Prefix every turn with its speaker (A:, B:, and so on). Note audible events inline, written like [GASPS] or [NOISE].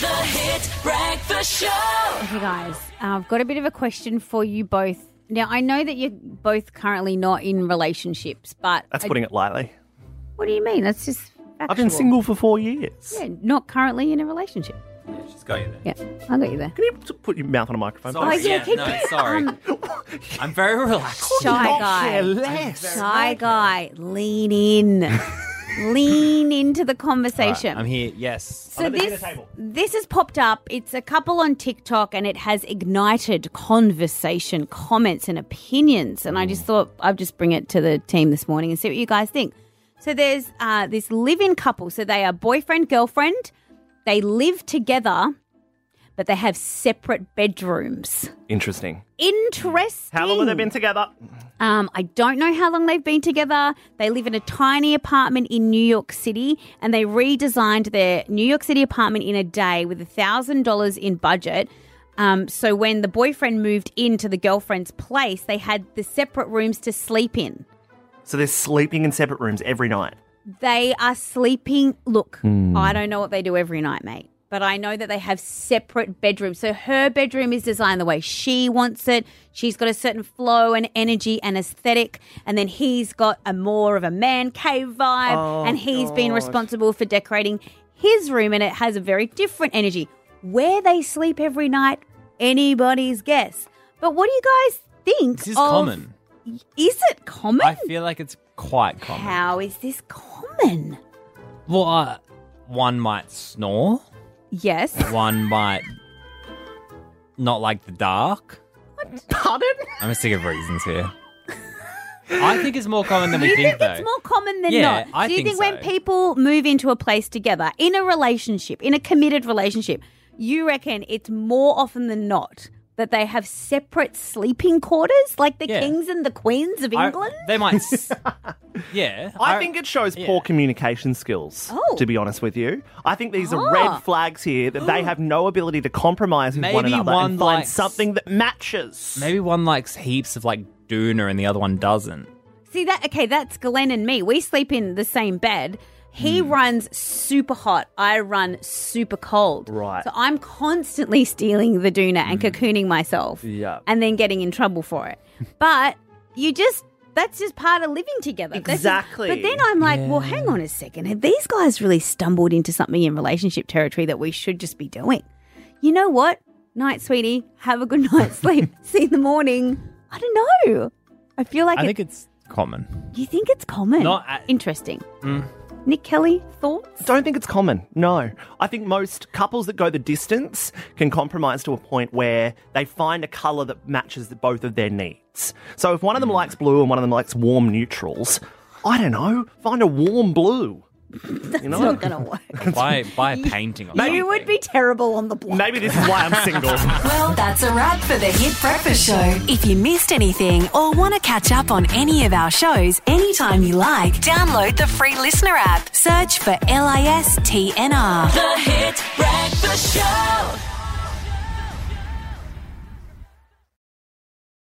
A: The Hit Breakfast Show.
B: Hey guys, uh, I've got a bit of a question for you both. Now, I know that you're both currently not in relationships, but
C: That's
B: I-
C: putting it lightly.
B: what do you mean? That's just factual.
C: I've been single for four years.
B: Yeah, not currently in a relationship.
D: Just go in there.
B: Yeah, I got you there. Oh,
C: Can you t- put your mouth on a microphone?
D: Sorry.
C: please?
B: yeah,
D: Oh, yeah,
B: keep- Um,
D: no, sorry. I'm very relaxed.
B: Shy
C: Not
B: guy,
C: care less.
B: shy guy, lean in, lean into the conversation.
D: I'm here. Yes.
B: So
C: under the dinner
B: this
C: table.
B: this has popped up. It's a couple on TikTok, and it has ignited conversation, comments, and opinions. And I just thought I'd just bring it to the team this morning and see what you guys think. So there's uh, this live-in couple. So they are boyfriend girlfriend. They live together, but they have separate bedrooms.
C: Interesting.
B: Interesting.
C: How long have they been together?
B: Um, I don't know how long they've been together. They live in a tiny apartment in New York City, and they redesigned their New York City apartment in a day with thousand dollars in budget. Um, so when the boyfriend moved into the girlfriend's place, they had the separate rooms to sleep in.
C: So they're sleeping in separate rooms every night.
B: They are sleeping. Look, I don't know what they do every night, mate, but I know that they have separate bedrooms. So her bedroom is designed the way she wants it. She's got a certain flow and energy and aesthetic. And then he's got a more of a man cave vibe. and he's been responsible for decorating his room, and it has a very different energy. Where they sleep every night, anybody's guess. But what do you guys think?
D: This is
B: of-
D: common.
B: Is it common?
D: I feel like it's quite common.
B: How is this common?
D: Well, uh, one might snore.
B: Yes.
D: One might not like the dark.
C: Pardon?
D: I'm sick of reasons here. I think it's more common than we
B: You
D: think,
B: think
D: though.
B: it's more common than
D: Yeah,
B: not?
D: I
B: Do you
D: think
B: think, when
D: so.
B: people move into a place together in a relationship, in a committed relationship, you reckon it's more often than not that they have separate sleeping quarters, like the
D: Yeah.
B: kings and the queens of
D: I-
B: England?
D: they might.
B: [LAUGHS]
D: s- yeah.
C: I think it shows poor communication skills,
B: Oh.
C: to be honest with you. I think these are
B: Ah.
C: red flags here
D: [GASPS]
C: that they have no ability to compromise with one
D: Maybe
C: another
D: one
C: and find
D: likes-
C: something that matches.
D: Maybe one likes heaps of like doona and the other one doesn't.
B: See that? Okay, that's Glenn and me. We sleep in the same bed.
C: Hmm.
B: He runs super hot. I run super cold.
C: Right. Hmm.
B: So I'm constantly stealing the doona and cocooning myself.
C: Yeah.
B: And then getting in trouble for
C: [LAUGHS]
B: it. But you just. That's just part of living together. That's just-
C: Exactly.
B: but then I'm like, well, hang on a second. Have these guys really stumbled into something in relationship territory that we should just be doing? You know what? Night, sweetie. Have a good [LAUGHS] night's sleep. See you in the morning. I don't know. I feel like
D: I
B: it-
D: think it's common.
B: you think it's common?
D: Not at- Mm.
B: Interesting. Nick Kelly, thoughts?
C: Don't think it's common. No. I think most couples that go the distance can compromise to a point where they find a color that matches the, both of their needs. So if one of them likes blue and one of them likes warm neutrals, I don't know, find a warm blue.
B: That's
C: know-
D: [LAUGHS]
B: not going to work.
D: Buy buy a painting. Or
B: [LAUGHS] you would be terrible on the block.
C: Maybe this is why I'm single.
A: Well, that's a wrap for the Hit Breakfast Show. If you missed anything or want to catch up on any of our shows anytime you like, download the free listener app. Search for L I S T N R. The Hit Breakfast Show.